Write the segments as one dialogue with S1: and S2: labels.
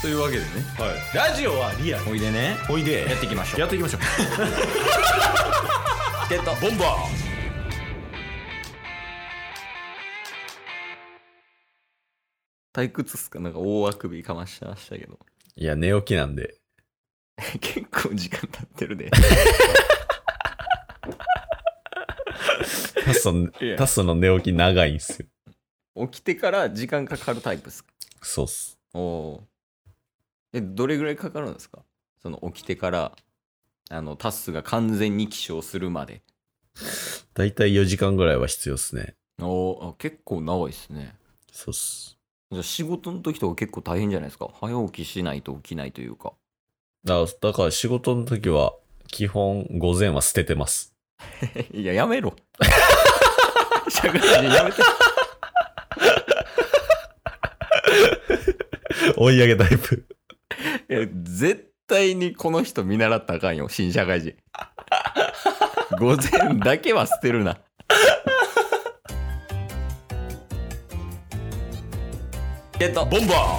S1: というわけでね
S2: はい、ラジオはリアル
S1: おいでね
S2: おいで
S1: やっていきましょう
S2: やっていきましょう
S1: ってた
S2: ボンバ
S1: 退屈っすかなんか大あくびかましてましたけど
S3: いや、寝起きなんで。
S1: 結構時間経ってるで
S3: タッソン、
S1: いや
S3: タッソンの寝起き長いんすよ。
S1: 起きてから時間かかるタイプっすか
S3: そうっす。
S1: おおーえどれぐらいかかるんですかその起きてからあのタスが完全に起床するまで
S3: だいたい4時間ぐらいは必要っすね。
S1: おーあ結構長いですね
S3: そうっす。
S1: じゃあ仕事の時とか結構大変じゃないですか早起きしないと起きないというか
S3: だから、だから仕事の時は、基本、午前は捨ててます。
S1: いや、やめろ。 社会人やめて。
S3: 追い上げタイプ。
S1: いや絶対にこの人見習ったらあかんよ、新社会人。午前だけは捨てるな。えっと、ボンバ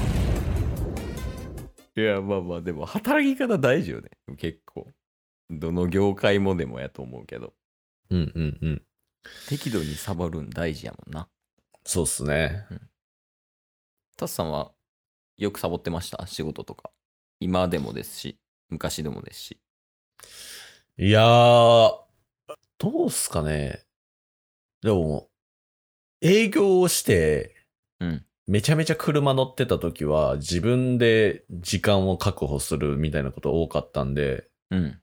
S1: ーいや、まあまあ、でも働き方大事よね。結構。どの業界もでもやと思うけど。
S3: うんうんうん。
S1: 適度にサボるん大事やもんな。
S3: そうっすね。
S1: タスさんはよくサボってました仕事とか。今でもですし、昔でもですし。
S3: いやー、どうっすかね。でも、営業をして、
S1: うん
S3: めちゃめちゃ車乗ってた時は、自分で時間を確保するみたいなこと多かったんで、
S1: うん。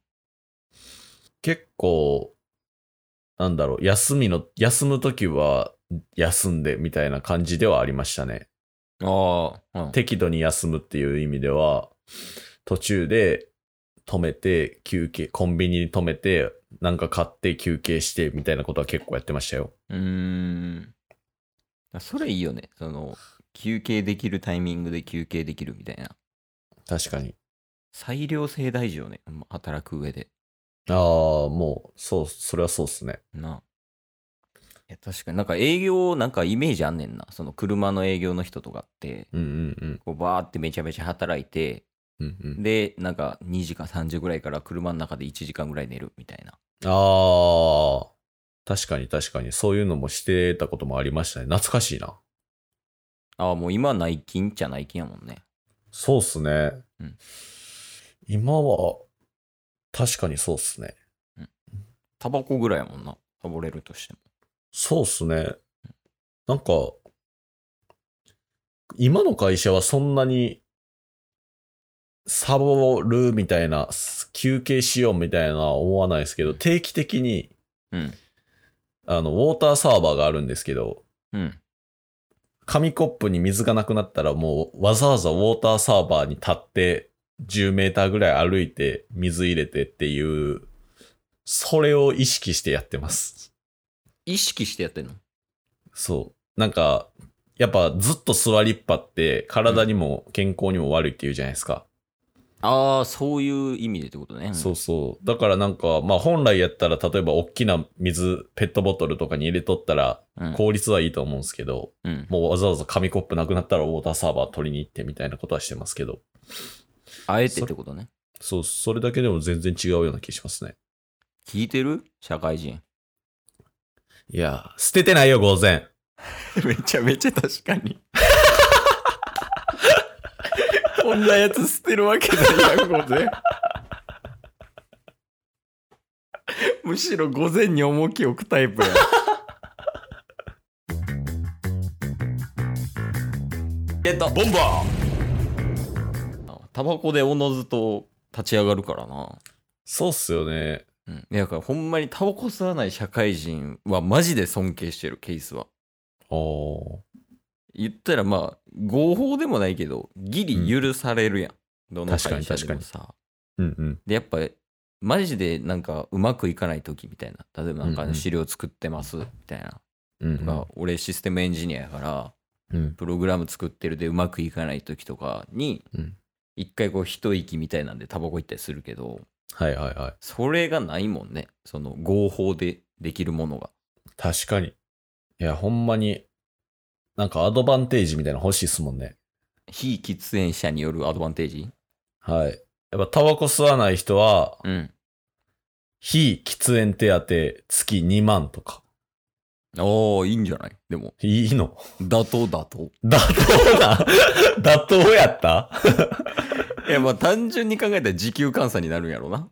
S3: 結構、なんだろう、休みの、休むときは休んでみたいな感じではありましたね。
S1: ああ、うん、
S3: 適度に休むっていう意味では、途中で止めて休憩、コンビニに止めて、なんか買って休憩してみたいなことは結構やってましたよ。
S1: うーん。それいいよね。その、休憩できるタイミングで休憩できるみたいな。
S3: 確かに。
S1: 裁量性大事よね。うん働く上で。
S3: ああ、もう、そう、それはそうっすね。
S1: な。いや、確かになんか営業、なんかイメージあんねんな。その車の営業の人とかって、
S3: うんうん
S1: こうバーってめちゃめちゃ働いて、
S3: うん。うんうん、
S1: で、なんか2時か3時ぐらいから車の中で1時間ぐらい寝るみたいな。
S3: ああ、確かに確かに。そういうのもしてたこともありましたね。懐かしいな。
S1: ああ、もう今内勤っちゃ内勤やもんね。
S3: そうっすね。
S1: うん
S3: 今は、確かにそうっすね。
S1: タバコぐらいやもんな。サボれるとしても。
S3: そうっすね。なんか、今の会社はそんなに、サボるみたいな、休憩しようみたいな思わないですけど、定期的に、
S1: うん。
S3: あの、ウォーターサーバーがあるんですけど、
S1: うん。
S3: 紙コップに水がなくなったらもうわざわざウォーターサーバーに立って10メーターぐらい歩いて水入れてっていう、それを意識してやってます。
S1: 意識してやってんの
S3: そう。なんか、やっぱずっと座りっぱって体にも健康にも悪いって言うじゃないですか。
S1: ああ、そういう意味でってことね。
S3: そうそう。だからなんか、まあ本来やったら例えば大きな水、ペットボトルとかに入れとったら
S1: うん。
S3: 効率はいいと思うんですけど、
S1: うん。
S3: もうわざわざ紙コップなくなったらウォーターサーバー取りに行ってみたいなことはしてますけど。
S1: あえてってことね。
S3: そう、それだけでも全然違うような気しますね。
S1: 聞いてる社会人。
S3: いや、捨ててないよ、午前。
S1: めちゃめちゃ確か に。こんなやつ捨てるわけないやん、午前。むしろ午前に重きを置くタイプや。ゲットボンバータバコでおのずと立ち上がるからな。
S3: そうっすよね。
S1: うん。いやだからほんまにタバコ吸わない社会人はマジで尊敬してる、ケースは。
S3: おー
S1: 言ったらまあ合法でもないけどギリ許されるやん、どの会社
S3: 確
S1: で
S3: か
S1: も
S3: に
S1: さ
S3: うんうん。
S1: でやっぱマジでなんかうまくいかない時みたいな例えばなんかあ
S3: うん
S1: の
S3: うん
S1: 資料作ってますみたいな、
S3: うん
S1: とか俺システムエンジニアやから
S3: うん。
S1: プログラム作ってるでうまくいかない時とかに
S3: うん
S1: 一回こう一息みたいなんでタバコ行ったりするけど
S3: はいはいはい。
S1: それがないもんねその合法でできるものが
S3: 確かに。いや、ほんまに、なんかアドバンテージみたいなの欲しいっすもんね。
S1: 非喫煙者によるアドバンテージ
S3: はい。やっぱタバコ吸わない人は、
S1: うん。
S3: 非喫煙手当月2万とか。
S1: ああ、いいんじゃないでも、
S3: いいの
S1: 妥当妥当。
S3: 妥当だ 妥当やった
S1: いや、まあ単純に考えたら時給換算になるんやろうな。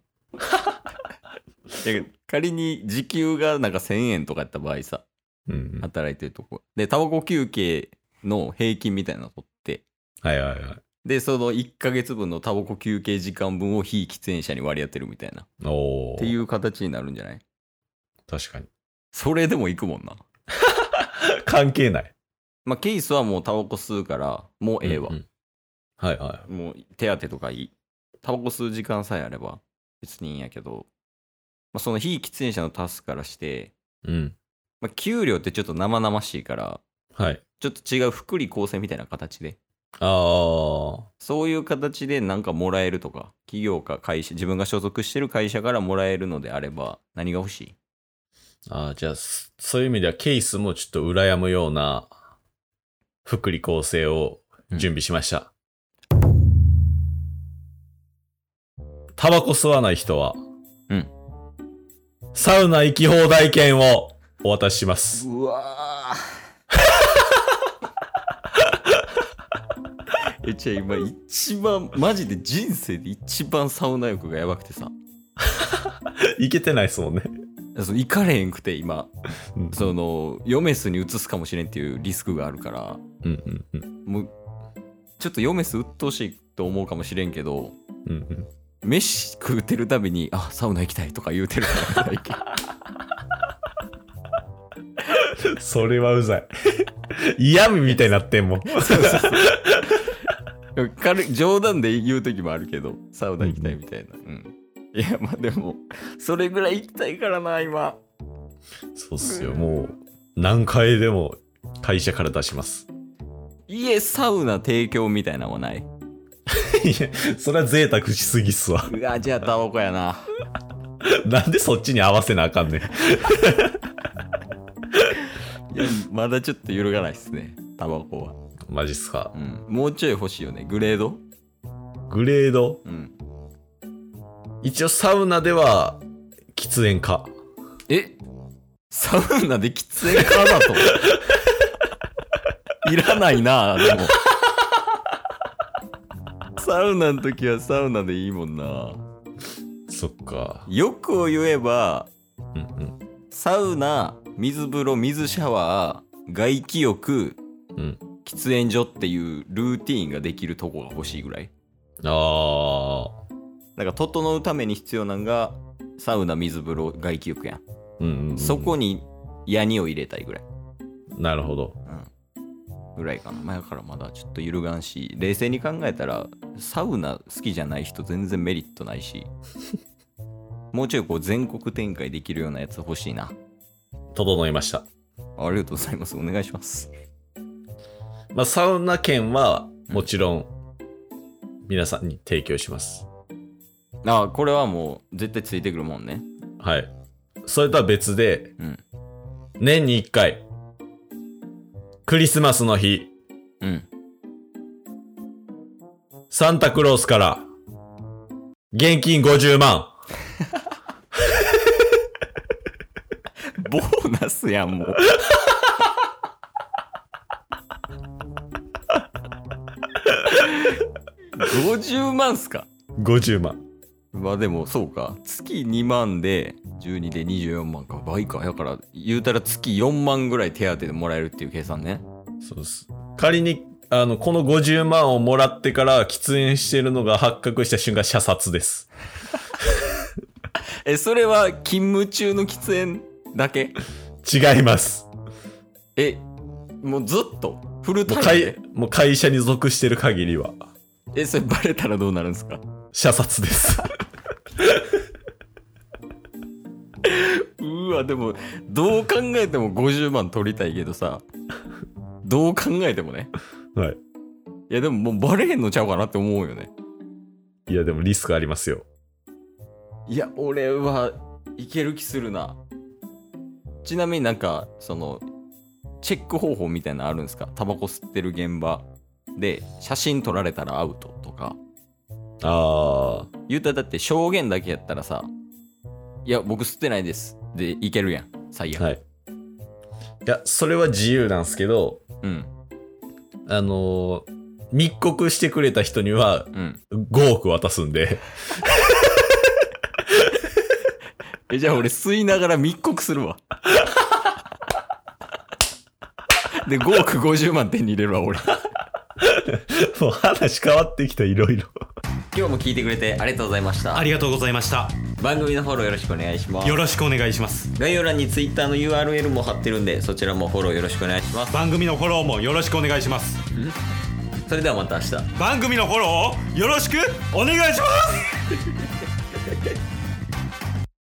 S1: いや仮に時給がなんか1000円とかやった場合さ、
S3: うん。
S1: 働いてるとこ。で、タバコ休憩の平均みたいなの取って、
S3: はいはいはい。
S1: で、その1ヶ月分のタバコ休憩時間分を非喫煙者に割り当てるみたいな。っ
S3: おお。。
S1: ていうう形になるんじゃない
S3: 確かに。
S1: それでも行くもんな。
S3: 関係ない。
S1: まあ、ケースはもうタバコ吸うから、もうええわ。
S3: うんうんはいはい。
S1: もう手当とかいい。タバコ吸う時間さえあれば別にいいんやけど、まあ、その非喫煙者のタスクからして、
S3: うん。
S1: まあ、給料ってちょっと生々しいから、
S3: はい。
S1: ちょっと違う福利厚生みたいな形で、
S3: ああ。
S1: そういう形でなんかもらえるとか、企業か会社、自分が所属してる会社からもらえるのであれば、何が欲しい
S3: ああ、じゃあ、そそういう意味ではケースもちょっと羨むような福利厚生を準備しました。タバコ吸わない人は、
S1: うん。
S3: サウナ行き放題券をお渡しします。
S1: うわー えじゃあ今一番マジで人生で一番サウナ欲がやばくてさ
S3: 行けてないですもんね。
S1: その行かれへんくて今
S3: うん
S1: そのヨメスに移すかもしれんっていうリスクがあるから
S3: うんうんうん。
S1: もうちょっとヨメス鬱陶しいと思うかもしれんけど
S3: うんうん
S1: 飯食うてるたびにあサウナ行きたいとか言うてるから最近
S3: それはうざい。 嫌味みたいになってんもん。
S1: 軽い冗談で言う時もあるけどサウナ行きたいみたいな、うんいやまあでもそれぐらい行きたいからな今
S3: そうっすよ。もう、何回でも会社から出します。
S1: 家サウナ提供みたいなのはない
S3: いや、それは贅沢しすぎっすわ。
S1: うわじゃあタバコやな
S3: なんでそっちに合わせなあかんねん。
S1: いやまだちょっと揺るがないっすねタバコは、
S3: マジっすか
S1: う。ん、もうちょい欲しいよねグレード
S3: グレード
S1: うん
S3: 一応サウナでは喫煙か。
S1: えサウナで喫煙か だといらないなでも サウナの時はサウナでいいもんな
S3: そっか。
S1: 欲を言えば
S3: うんうん。
S1: サウナ水風呂水シャワー外気浴
S3: うん。
S1: 喫煙所っていうルーティーンができるとこが欲しいぐらい
S3: あ
S1: なんか整うために必要なのがサウナ水風呂外気浴やん、
S3: あ。うんうん、うん。
S1: そこにヤニを入れたいぐらい
S3: なるほど。
S1: ぐらいかな前からまだちょっと揺るがんし冷静に考えたらサウナ好きじゃない人全然メリットないし もうちょいこう全国展開できるようなやつ欲しいな
S3: 整いました。
S1: ありがとうございますお願いします
S3: まあ、サウナ券はもちろん皆さんに提供します。
S1: あこれはもう絶対ついてくるもんね
S3: はい。それとは別で、
S1: うん
S3: 年に1回、クリスマスの日、
S1: うん
S3: サンタクロースから、現金50万。
S1: ボーナスやんもう 50万っすか
S3: 50万。
S1: まあでもそうか月2万で12で24万か倍かだから言うたら月4万ぐらい手当でもらえるっていう計算ね
S3: そうです。仮に、あの、この50万をもらってから喫煙してるのが発覚した瞬間、射殺です。
S1: えそれは勤務中の喫煙だけ
S3: 違います。
S1: えもうずっとフル
S3: もう
S1: タイム
S3: 会
S1: で、
S3: もう会社に属してる限りは、
S1: えそれバレたらどうなるんですか
S3: 射殺です。
S1: うわでもどう考えても50万取りたいけどさどう考えてもね
S3: はい。
S1: いやでももうバレへんのちゃうかなって思うよね
S3: いや、でもリスクありますよ。
S1: いや俺はいける気するなちなみになんかそのチェック方法みたいなのあるんですかタバコ吸ってる現場で写真撮られたらアウトとか
S3: あ
S1: 言うたらだって証言だけやったらさ「いや僕吸ってないです」でいけるやん最
S3: あ
S1: 悪、
S3: はいいやそれは自由なんですけど
S1: うん
S3: あのー密告してくれた人には
S1: うん
S3: 5億渡すんで
S1: えじゃあ俺吸いながら密告するわ で5億50万手に入れるわ俺
S3: もう話変わってきたいろいろ
S1: 今日も聞いてくれてありがとうございました
S2: ありがとうございました
S1: 番組のフォローよろしくお願いします
S2: よろしくお願いします
S1: 概要欄に Twitter の URL も貼ってるんでそちらもフォローよろしくお願いします
S2: 番組のフォローもよろしくお願いします
S1: それではまた明日
S2: 番組のフォローをよろしくお願いします